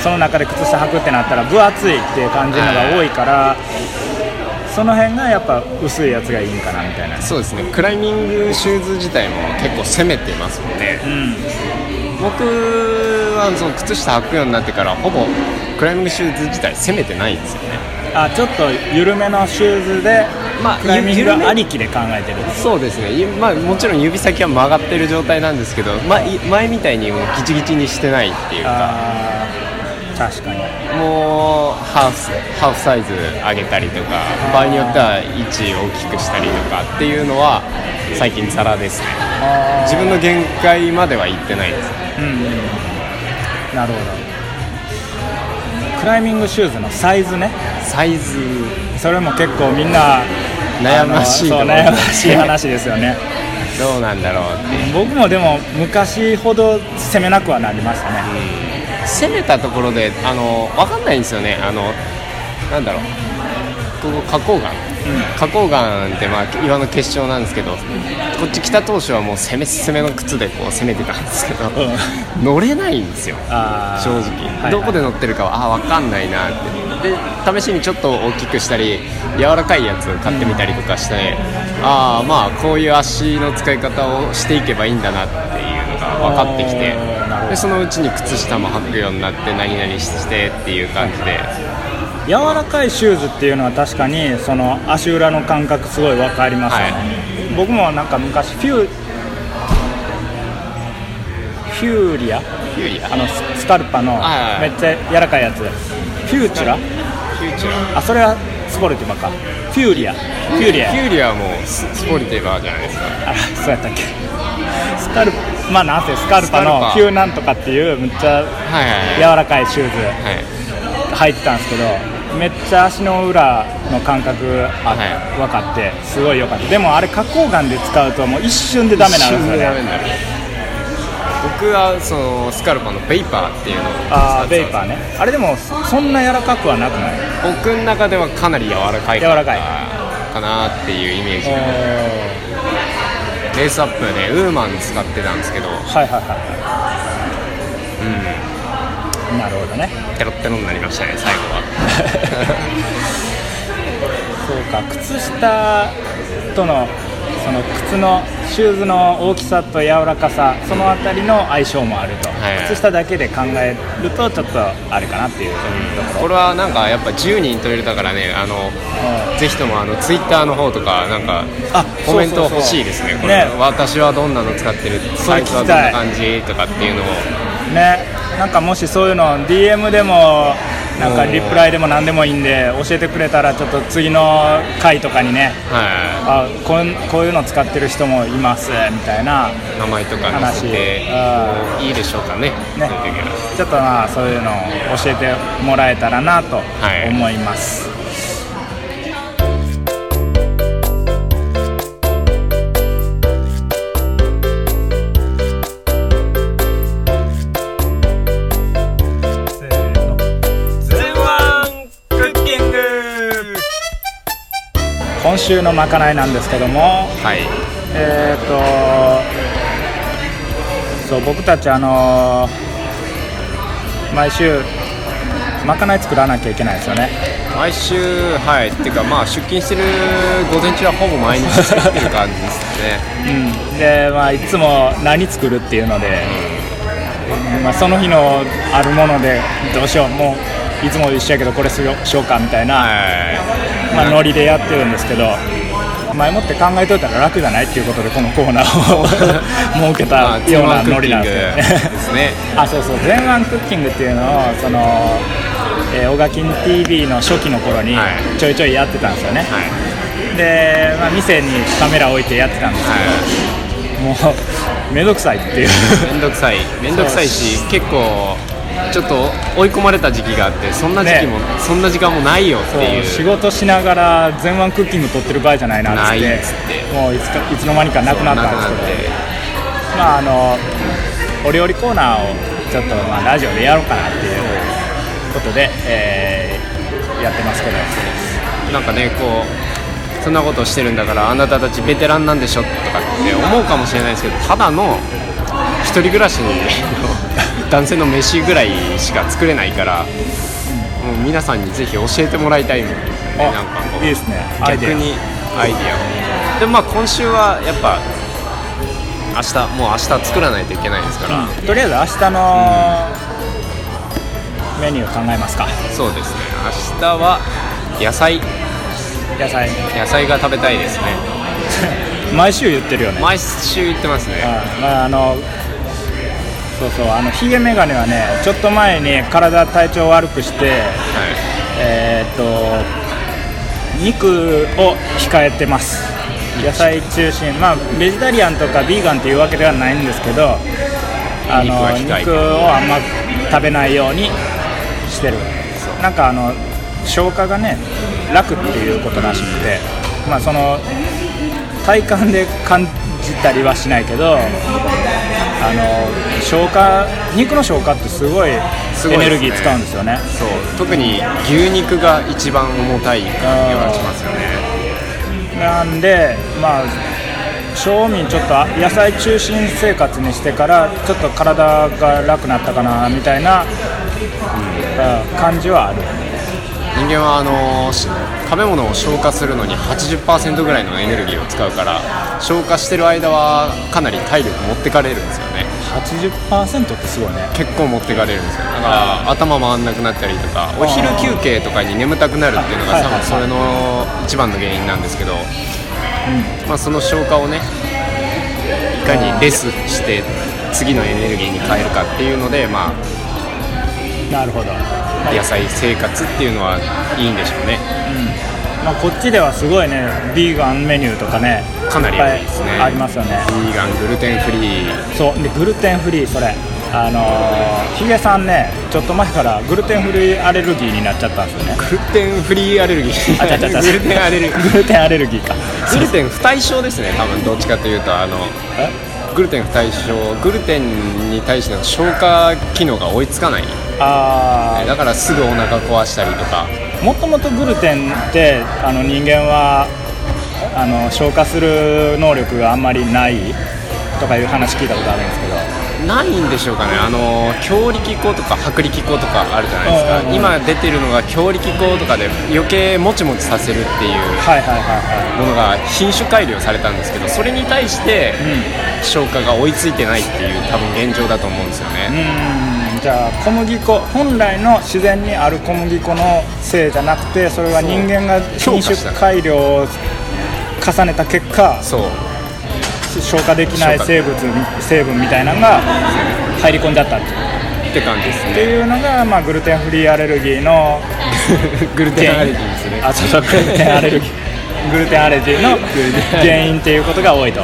[SPEAKER 1] その中で靴下履くってなったら分厚いっていう感じのが多いからその辺がやっぱ薄いやつがいいんかなみたいな
[SPEAKER 2] そうですねクライミングシューズ自体も結構攻めてますもんね
[SPEAKER 1] うん
[SPEAKER 2] 僕はその靴下履くようになってからほぼクライミングシューズ自体攻めてないんですよね
[SPEAKER 1] あちょっと緩めのシューズで
[SPEAKER 2] まあ
[SPEAKER 1] クライミング
[SPEAKER 2] 緩め
[SPEAKER 1] ありきで考えてる
[SPEAKER 2] そうですね、いまあ、もちろん指先は曲がってる状態なんですけど、まあ、い前みたいにもうギチギチにしてないっていうか
[SPEAKER 1] あー確かに
[SPEAKER 2] もうハーフハーフサイズ上げたりとか場合によっては位置を大きくしたりとかっていうのは最近ザラですね
[SPEAKER 1] あ
[SPEAKER 2] 自分の限界までは行ってないです
[SPEAKER 1] ーうんうんなるほどクライミングシューズのサイズね
[SPEAKER 2] サイズ
[SPEAKER 1] それも結構みんな
[SPEAKER 2] 悩ましい
[SPEAKER 1] あのそう
[SPEAKER 2] ところ
[SPEAKER 1] 悩ましい話ですよね
[SPEAKER 2] どうなんだろうって
[SPEAKER 1] 僕もでも昔ほど攻めなくはなりましたね
[SPEAKER 2] 攻めたところであの分かんないんですよねあのなんだろうここ花崗岩花崗岩って、まあ、岩の結晶なんですけどこっち来た当初はもう攻め攻めの靴でこう攻めてたんですけど、
[SPEAKER 1] う
[SPEAKER 2] 乗れないんですよ
[SPEAKER 1] あー
[SPEAKER 2] 正直、
[SPEAKER 1] はいはい
[SPEAKER 2] どこで乗ってるかはあー分かんないなってで試しにちょっと大きくしたり柔らかいやつを買ってみたりとかして、ああまあこういう足の使い方をしていけばいいんだなっていうのが分かってきて
[SPEAKER 1] あーなるほど
[SPEAKER 2] でそのうちに靴下も履くようになって何々してっていう感じで、
[SPEAKER 1] 柔らかいシューズっていうのは確かにその足裏の感覚すごい分かりますよね、
[SPEAKER 2] は
[SPEAKER 1] 僕もなんか昔フューフューリア
[SPEAKER 2] フューリア
[SPEAKER 1] あのススカルパの
[SPEAKER 2] はいは
[SPEAKER 1] め
[SPEAKER 2] い
[SPEAKER 1] っちゃ柔らかいやつフューチュラ
[SPEAKER 2] フューチュラ
[SPEAKER 1] あそれはスポルティバかフューリアフューリア
[SPEAKER 2] フューリアはもうススポリティバーじゃないですか
[SPEAKER 1] あそうやったっけスカルまあなんせスカルパ
[SPEAKER 2] スカル
[SPEAKER 1] の
[SPEAKER 2] パ
[SPEAKER 1] フューなんとかっていうめっちゃ
[SPEAKER 2] はいはい
[SPEAKER 1] 柔
[SPEAKER 2] はい
[SPEAKER 1] らかいシューズ
[SPEAKER 2] はい
[SPEAKER 1] 履いてたんですけどめっちゃ足の裏の感覚あ、
[SPEAKER 2] は
[SPEAKER 1] 分かってすごい良かったでもあれ花崗岩で使うともう一瞬でダメなんですよ
[SPEAKER 2] 一瞬ダメ
[SPEAKER 1] ね
[SPEAKER 2] になる僕はそのスカルパのベイパーっていうのを
[SPEAKER 1] あーベイパーねあれでもそそんな柔らかくはなくない
[SPEAKER 2] 僕の中ではかなり柔らかい
[SPEAKER 1] 柔らかい
[SPEAKER 2] かなっていうイメージレースアップでウーマン使ってたんですけど
[SPEAKER 1] はいはいはい、うん、なるほどね
[SPEAKER 2] テロッテロになりましたね最後は
[SPEAKER 1] そうか靴下とのその靴のシューズの大きさと柔らかさその辺りの相性もあると、
[SPEAKER 2] はいはい
[SPEAKER 1] 靴下だけで考えるとちょっとあれかなっていうところ、
[SPEAKER 2] これはなんかやっぱ10人取れたからねあの
[SPEAKER 1] う
[SPEAKER 2] ぜひともあのツイッターの方とかなんか
[SPEAKER 1] あ
[SPEAKER 2] コメント
[SPEAKER 1] そうそうそう
[SPEAKER 2] 欲しいですねこれ
[SPEAKER 1] ね
[SPEAKER 2] 私はどんなの使ってる
[SPEAKER 1] そ
[SPEAKER 2] サ
[SPEAKER 1] れ
[SPEAKER 2] イ
[SPEAKER 1] 聞き
[SPEAKER 2] ズ
[SPEAKER 1] た
[SPEAKER 2] はいどんな感じとかっていうのを
[SPEAKER 1] んねなんかもしそういうの DM でもなんかリプライでも何でもいいんで教えてくれたらちょっと次の回とかにね
[SPEAKER 2] は
[SPEAKER 1] あこんこういうの使ってる人もいますみたいない
[SPEAKER 2] 名前とか載せて
[SPEAKER 1] 話
[SPEAKER 2] いいでしょうかねそう
[SPEAKER 1] ね
[SPEAKER 2] いう時は
[SPEAKER 1] ちょっとまあそういうのを教えてもらえたらなと思います、
[SPEAKER 3] せーの全ワンクッキング
[SPEAKER 1] 今週のまかないなんですけども
[SPEAKER 2] はい
[SPEAKER 1] えっ、とそう僕たちあの毎週まかない作らなきゃいけないですよね
[SPEAKER 2] 毎週はいっていうかまあ出勤してる午前中はほぼ毎日作ってる感じですね
[SPEAKER 1] うんでまあいつも何作るっていうので、まあ、その日のあるものでどうしようもういつも一緒やけどこれしようしようかみたいな、
[SPEAKER 2] はい
[SPEAKER 1] まあ、ノリでやってるんですけど前もって考えといたら楽じゃないっていうことでこのコーナー を設け
[SPEAKER 2] ま
[SPEAKER 1] た
[SPEAKER 2] あツ
[SPEAKER 1] よ
[SPEAKER 2] ー
[SPEAKER 1] う
[SPEAKER 2] マ
[SPEAKER 1] な
[SPEAKER 2] ンク
[SPEAKER 1] ノ
[SPEAKER 2] ッキ
[SPEAKER 1] リ
[SPEAKER 2] ン
[SPEAKER 1] なん
[SPEAKER 2] グで
[SPEAKER 1] ですけどね
[SPEAKER 2] すね
[SPEAKER 1] あそうそう「全腕クッキング」っていうのをその、えー、オガキン TV の初期の頃に
[SPEAKER 2] はい
[SPEAKER 1] ちょいちょいやってたんですよね、
[SPEAKER 2] はい
[SPEAKER 1] で、まあ、店にカメラ置いてやってたんです
[SPEAKER 2] は
[SPEAKER 1] けどもうめんどくさいっていう
[SPEAKER 2] いめんどくさいめんどくさいし結構ちょっと追い込まれた時期があってそんな時期も、そんな時間もないよって
[SPEAKER 1] そう
[SPEAKER 2] いう
[SPEAKER 1] 仕事しながら全腕クッキング撮ってる場合じゃないなっつっ
[SPEAKER 2] な
[SPEAKER 1] て
[SPEAKER 2] いっつって
[SPEAKER 1] もういつかいつの間にかなくなったんですけどまああのお料理コーナーをちょっとまあラジオでやろうかなっていうことで、えーやってますけど
[SPEAKER 2] なんかねこうそんなことをしてるんだからあなたたちベテランなんでしょとかって思うかもしれないですけどただの一人暮らしの男性の飯ぐらいしか作れないからもう皆さんにぜひ教えてもらいたいもんですよね
[SPEAKER 1] あ
[SPEAKER 2] なんかこう
[SPEAKER 1] いいですねアイ
[SPEAKER 2] 逆
[SPEAKER 1] デア
[SPEAKER 2] にアイディアをでまあ今週はやっぱ明日もう明日作らないといけないですから、
[SPEAKER 1] うんとりあえず明日のメニュー考えますか
[SPEAKER 2] そうですね明日は野菜
[SPEAKER 1] 野菜
[SPEAKER 2] 野菜が食べたいですね
[SPEAKER 1] 毎週言ってるよね
[SPEAKER 2] 毎週言ってますね、
[SPEAKER 1] うんまああのそうそうあのヒゲメガネはねちょっと前に体体調悪くして
[SPEAKER 2] はい
[SPEAKER 1] えーっと肉を控えてます野菜中心まあベジタリアンとかビーガンっていうわけではないんですけどあ
[SPEAKER 2] 肉は
[SPEAKER 1] の
[SPEAKER 2] 控え
[SPEAKER 1] 肉
[SPEAKER 2] て
[SPEAKER 1] をあんま食べないようにしてるなんかあの消化がね楽っていうことらしくてまあその体感で感じたりはしないけどあの消化肉の消化ってすごいエ
[SPEAKER 2] すごいで
[SPEAKER 1] ネ
[SPEAKER 2] すね
[SPEAKER 1] ルギー使うんですよね
[SPEAKER 2] そう特に牛肉が一番重たい感じはしますよね
[SPEAKER 1] なんでまあ正味ちょっと野菜中心生活にしてからちょっと体が楽になったかなみたいな、うん感じはある
[SPEAKER 2] 人間はあのし食べ物を消化するのに80%ぐらいのエネルギーを使うから消化してる間はかなり体力持ってかれるんですよね
[SPEAKER 1] 80%ってすごいね
[SPEAKER 2] 結構持ってかれるんですよだから頭回んなくなったりとかお昼休憩とかに眠たくなるっていうの
[SPEAKER 1] はい
[SPEAKER 2] が
[SPEAKER 1] はい
[SPEAKER 2] 多分それの一番の原因なんですけど、まあ、その消化をねいかにレスして次のエネルギーに変えるかっていうのでまあ
[SPEAKER 1] なるほど、まあ
[SPEAKER 2] 野菜生活っていうのはいいんでしょうね
[SPEAKER 1] まあこっちではすごいねビーガンメニューとかね
[SPEAKER 2] かなり
[SPEAKER 1] いっぱい
[SPEAKER 2] 多いですね
[SPEAKER 1] ありますよね
[SPEAKER 2] ビーガングルテンフリー
[SPEAKER 1] そうでグルテンフリーそれあのーヒゲさんねちょっと前からグルテンフリーアレルギーになっちゃったんですよ ね
[SPEAKER 2] グルテンフリーアレルギー
[SPEAKER 1] あちゃちゃちゃ
[SPEAKER 2] グルテンアレルギー
[SPEAKER 1] グルテンアレルギーか
[SPEAKER 2] グルテン不対症ですね多分どっちかというとあの
[SPEAKER 1] え
[SPEAKER 2] グルテン不対症グルテンに対しての消化機能が追いつかない
[SPEAKER 1] ああ
[SPEAKER 2] だからすぐお腹壊したりとか
[SPEAKER 1] もともとグルテンってあの人間はあの消化する能力があんまりないとかいう話聞いたことあるんですけど
[SPEAKER 2] ないんでしょうかねあの強力粉とか薄力粉とかあるじゃないです
[SPEAKER 1] うんうんう
[SPEAKER 2] か
[SPEAKER 1] ん
[SPEAKER 2] 今出てるのが強力粉とかで余計もちもちさせるっていう
[SPEAKER 1] はいはいはいは
[SPEAKER 2] ものが品種改良されたんですけどそれに対して消化が追いついてないっていう多分現状だと思うんですよね
[SPEAKER 1] いうんじゃあ小麦粉本来の自然にある小麦粉のせいじゃなくてそれは人間が
[SPEAKER 2] そう
[SPEAKER 1] 品種改良を重ねた結果
[SPEAKER 2] そう
[SPEAKER 1] 消化できない
[SPEAKER 2] 消化
[SPEAKER 1] 生物成分みたいなのが入り込んじゃったっていう
[SPEAKER 2] って感じです
[SPEAKER 1] って
[SPEAKER 2] ね
[SPEAKER 1] いうのが、まあ、グルテンフリーアレルギーの
[SPEAKER 2] グルテンアレルギーです ね
[SPEAKER 1] あそうそうグルテンアレルギーグルテンアレルギーの原因っていうことが多いと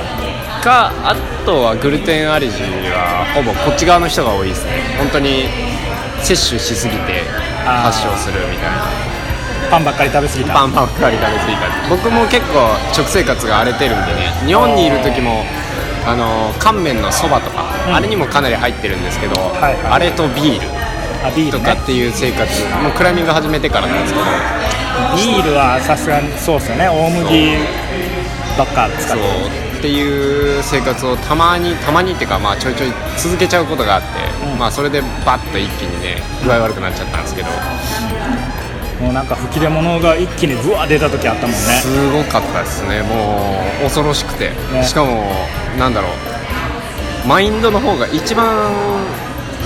[SPEAKER 2] かあとはグルテンアレルギーはほぼこっち側の人が多いですね本当に摂取しすぎて
[SPEAKER 1] あー
[SPEAKER 2] 発症するみたいな
[SPEAKER 1] パンばっかり食べ過ぎた
[SPEAKER 2] パンばっかり食べ過ぎたり僕も結構食生活が荒れてるんでね日本にいる時もあの乾麺のそばとか、
[SPEAKER 1] うん
[SPEAKER 2] あれにもかなり入ってるんですけど、
[SPEAKER 1] いはい
[SPEAKER 2] あれとビール
[SPEAKER 1] あビー
[SPEAKER 2] と
[SPEAKER 1] ル
[SPEAKER 2] か
[SPEAKER 1] ね
[SPEAKER 2] っていう生活、もうクライミング始めてからなんですけど
[SPEAKER 1] ビールはさすがにそうですよね大麦ばっか使
[SPEAKER 2] そ
[SPEAKER 1] っ
[SPEAKER 2] う
[SPEAKER 1] て
[SPEAKER 2] っていう生活をたまにたまにっていうかまあちょいちょい続けちゃうことがあって、
[SPEAKER 1] うん
[SPEAKER 2] まあそれでバッと一気にね具合悪くなっちゃったんですけど
[SPEAKER 1] もうなんか吹き出物が一気にブワー出た時あったもんね
[SPEAKER 2] すごかったですねもう恐ろしくて、
[SPEAKER 1] ね
[SPEAKER 2] しかもなんだろうマインドの方が一番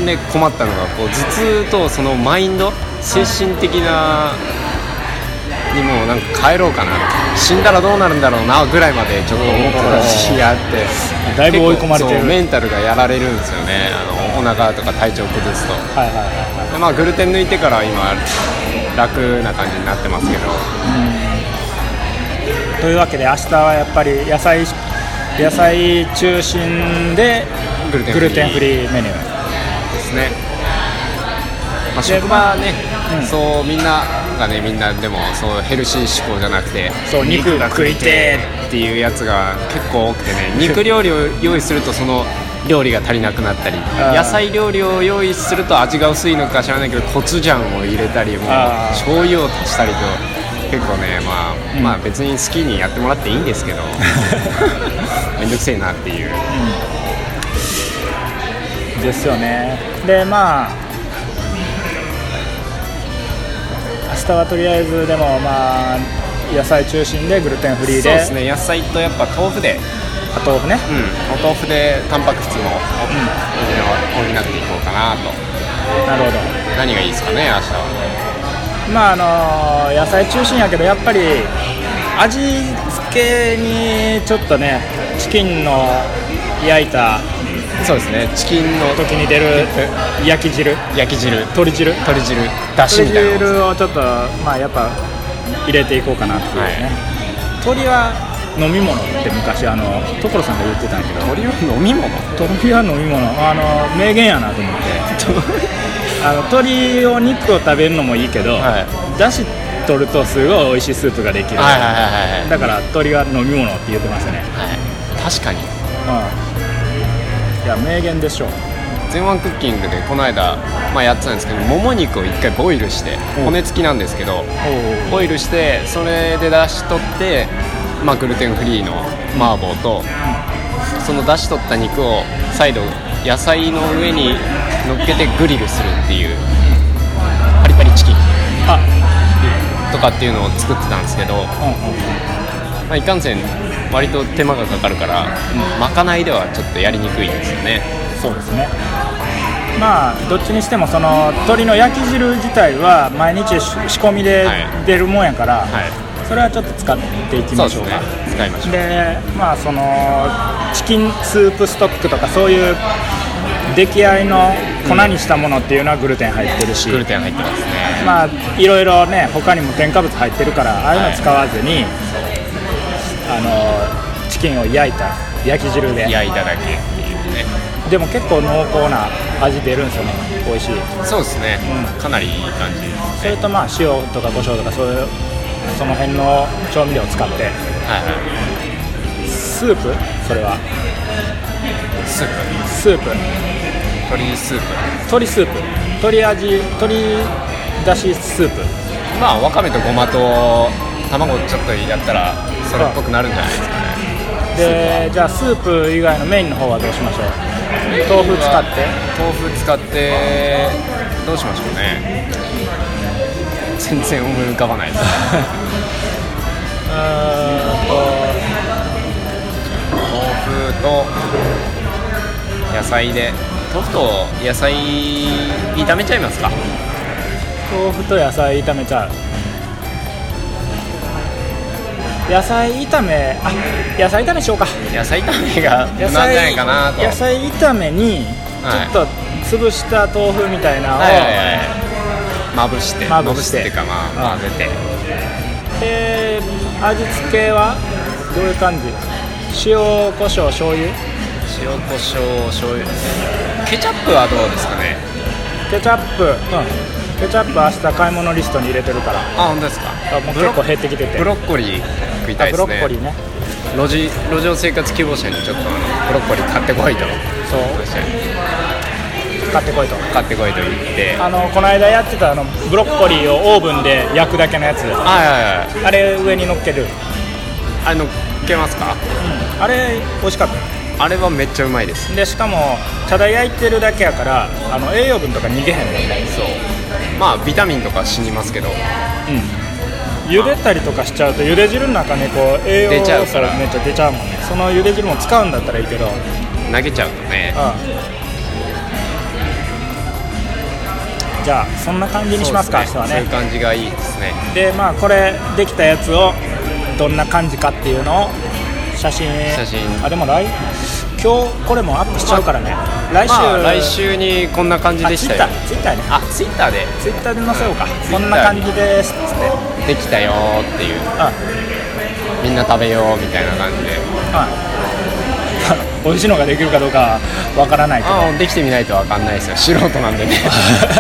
[SPEAKER 2] ね困ったのがこう頭痛とそのマインド精神的なにもうなんか帰ろうかな死んだらどうなるんだろうなぐらいまでちょっと思ってた時期があって
[SPEAKER 1] だいぶ追い込まれてる
[SPEAKER 2] 結構そうメンタルがやられるんですよねあのお腹とか体調崩すと
[SPEAKER 1] はいはいはい
[SPEAKER 2] でまあグルテン抜いてから今楽な感じになってますけど
[SPEAKER 1] というわけで明日はやっぱり野菜野菜中心で
[SPEAKER 2] グルテ
[SPEAKER 1] グ
[SPEAKER 2] ンフリー
[SPEAKER 1] ルテンフリーメニュー
[SPEAKER 2] ですね、まあ、
[SPEAKER 1] で
[SPEAKER 2] 職場ね、
[SPEAKER 1] うん
[SPEAKER 2] そうみんながねみんなでもそうヘルシー思考じゃなくて
[SPEAKER 1] そう肉が食いて
[SPEAKER 2] ーっていうやつが結構多くてね肉料理を用意するとその料理が足りなくなったり
[SPEAKER 1] ー
[SPEAKER 2] 野菜料理を用意すると味が薄いのか知らないけどコチュジャンを入れたりもう
[SPEAKER 1] あー
[SPEAKER 2] 醤油を足したりと結構ねまあ、
[SPEAKER 1] うん
[SPEAKER 2] まあ別に好きにやってもらっていいんです けどめんどくせえなっていう
[SPEAKER 1] ですよねでまあ明日はとりあえずでもまあ野菜中心でグルテンフリーで
[SPEAKER 2] そうですね野菜とやっぱ豆腐で
[SPEAKER 1] あ豆腐ね
[SPEAKER 2] うん、お豆腐でタンパク質も補っていこうかなと
[SPEAKER 1] なるほど
[SPEAKER 2] 何がいいですかね明日は
[SPEAKER 1] まああの野菜中心やけどやっぱり味付けにちょっとねチキンの焼いた
[SPEAKER 2] そうですねチキンの
[SPEAKER 1] 時に出る焼き汁
[SPEAKER 2] 焼き汁
[SPEAKER 1] 鶏汁
[SPEAKER 2] 鶏汁だし
[SPEAKER 1] 鶏
[SPEAKER 2] みたいなもんです
[SPEAKER 1] 汁をちょっとまあやっぱ入れていこうかなっていうね、
[SPEAKER 2] はい
[SPEAKER 1] 鶏は飲み物って昔あの所さんが言ってたんやけど
[SPEAKER 2] 鶏は飲み物
[SPEAKER 1] 鶏は飲み物あの名言やなと思ってあの鶏を肉を食べるのもいいけど、
[SPEAKER 2] はい
[SPEAKER 1] だし取るとすごい美味しいスープができる、
[SPEAKER 2] はいはいはいはい
[SPEAKER 1] だから鶏は飲み物って言ってましたね、
[SPEAKER 2] はい確かに
[SPEAKER 1] うん、いや名言でしょう
[SPEAKER 2] 全ワンクッキングでこの間、まあ、やってたんですけどもも肉を一回ボイルして
[SPEAKER 1] うん
[SPEAKER 2] 骨付きなんですけど
[SPEAKER 1] お
[SPEAKER 2] ボイルしてそれで出し取って、まあ、グルテンフリーの麻婆とその出し取った肉を再度野菜の上に乗っけてグリルするっていうパリパリチキン
[SPEAKER 1] あ
[SPEAKER 2] とかっていうのを作ってたんですけど、
[SPEAKER 1] うんうん
[SPEAKER 2] まあ、いかんせん割と手間がかかるから、まかないではちょっとやりにくいんですよね
[SPEAKER 1] そうですねまあどっちにしてもその鶏の焼き汁自体は毎日し仕込みで
[SPEAKER 2] はい
[SPEAKER 1] 出るもんやから、
[SPEAKER 2] はい
[SPEAKER 1] それはちょっと使っていき
[SPEAKER 2] そう
[SPEAKER 1] ま
[SPEAKER 2] で
[SPEAKER 1] し
[SPEAKER 2] す
[SPEAKER 1] ょう
[SPEAKER 2] ね
[SPEAKER 1] か
[SPEAKER 2] 使いましょう
[SPEAKER 1] でまあそのチキンスープストックとかそういう出来合いの粉にしたものっていうのはグルテン入ってるし、
[SPEAKER 2] グルテン入ってますね
[SPEAKER 1] まあいろいろね他にも添加物入ってるからああいうの使わずに、あのチキンを焼いた焼き汁で
[SPEAKER 2] 焼いただけっていうね
[SPEAKER 1] でも結構濃厚な味出るんですよね美味しい
[SPEAKER 2] そうですね
[SPEAKER 1] う
[SPEAKER 2] かなりいい感じです
[SPEAKER 1] それとまあ塩とか胡椒とかそういうその辺の調味料を使って
[SPEAKER 2] はいは
[SPEAKER 1] スープそれはい
[SPEAKER 2] スープ
[SPEAKER 1] スープ
[SPEAKER 2] 鶏スープ
[SPEAKER 1] 鶏スープ鶏味鶏だしスープ
[SPEAKER 2] まあわかめとごまと卵ちょっとやったらそれっぽくなるんじゃないですかね
[SPEAKER 1] でじゃあスープ以外のメインの方はどうしましょう豆腐使って
[SPEAKER 2] 豆腐使ってどうしましょうね全然思い浮かばないです
[SPEAKER 1] うーんと
[SPEAKER 2] 豆腐と野菜で豆腐と野菜炒めちゃいますか
[SPEAKER 1] 豆腐と野菜炒めちゃう野菜炒めあ野菜炒めしようか
[SPEAKER 2] 野菜炒めが無
[SPEAKER 1] 野
[SPEAKER 2] 難じゃな
[SPEAKER 1] 菜
[SPEAKER 2] いかなと
[SPEAKER 1] 野菜炒めに
[SPEAKER 2] はい
[SPEAKER 1] ちょっと潰した豆腐みたいなのを、
[SPEAKER 2] はいはいはいまぶして
[SPEAKER 1] まぶして
[SPEAKER 2] っていうかまあ混ぜて
[SPEAKER 1] で味付けはどういう感じ塩コショウ醤油
[SPEAKER 2] 塩コショウ醤油ケチャップはどうですかね
[SPEAKER 1] ケチャップ、うん、ケチャップ明日買い物リストに入れてるから
[SPEAKER 2] あ本当ですか
[SPEAKER 1] あもう結構減ってきてて
[SPEAKER 2] ブロッコリー食いた
[SPEAKER 1] あ
[SPEAKER 2] い
[SPEAKER 1] ブ
[SPEAKER 2] で
[SPEAKER 1] ロ
[SPEAKER 2] す
[SPEAKER 1] ッコリ
[SPEAKER 2] ね
[SPEAKER 1] ーね
[SPEAKER 2] 路地路上生活希望者にちょっとあのブロッコリー買ってこいと
[SPEAKER 1] そう買ってこいと
[SPEAKER 2] 買ってこいと言って
[SPEAKER 1] あのこの間やってたあのブロッコリーをオーブンで焼くだけのやつ
[SPEAKER 2] はいはいはい
[SPEAKER 1] あれ上に乗っける、
[SPEAKER 2] あのけますか
[SPEAKER 1] あれ美味しかった
[SPEAKER 2] あれはめっちゃうまいです
[SPEAKER 1] でしかもただ焼いてるだけやからあの栄養分とか逃げへんねんね
[SPEAKER 2] そうまあビタミンとか死にますけど
[SPEAKER 1] うん茹でたりとかしちゃうと茹で汁の中にこう栄養
[SPEAKER 2] 出ちゃう
[SPEAKER 1] 素
[SPEAKER 2] から
[SPEAKER 1] がめっちゃ出ちゃうもんねその茹で汁も使うんだったらいいけどうん
[SPEAKER 2] 投げちゃうとね
[SPEAKER 1] じゃあそんな感じにしますか
[SPEAKER 2] そう
[SPEAKER 1] 明
[SPEAKER 2] で
[SPEAKER 1] 日
[SPEAKER 2] すね
[SPEAKER 1] は
[SPEAKER 2] そう
[SPEAKER 1] ね
[SPEAKER 2] いう感じがいいですね
[SPEAKER 1] でまあこれできたやつをどんな感じかっていうのを写真
[SPEAKER 2] 写真
[SPEAKER 1] あでも来今日これもアップしちゃうからね来週、
[SPEAKER 2] まあ来週にこんな感じでしたよ
[SPEAKER 1] あツイッターツイッターね
[SPEAKER 2] あツイッターで
[SPEAKER 1] ツイッターで載せようか、
[SPEAKER 2] うん
[SPEAKER 1] こんな感じですっつって、うん
[SPEAKER 2] できたよーっていうみんな食べようみたいな感じで
[SPEAKER 1] うん、 美味しいのができるかどうかわからないけど、はい、
[SPEAKER 2] あできてみないとわかんないですよ素人なんでね
[SPEAKER 1] こ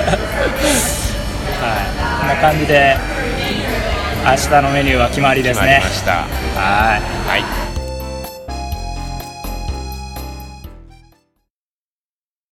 [SPEAKER 1] んな感じで、明日のメニューは決まりで
[SPEAKER 2] 決
[SPEAKER 1] す
[SPEAKER 2] まり
[SPEAKER 1] ね
[SPEAKER 2] ま。した
[SPEAKER 1] はい
[SPEAKER 2] はい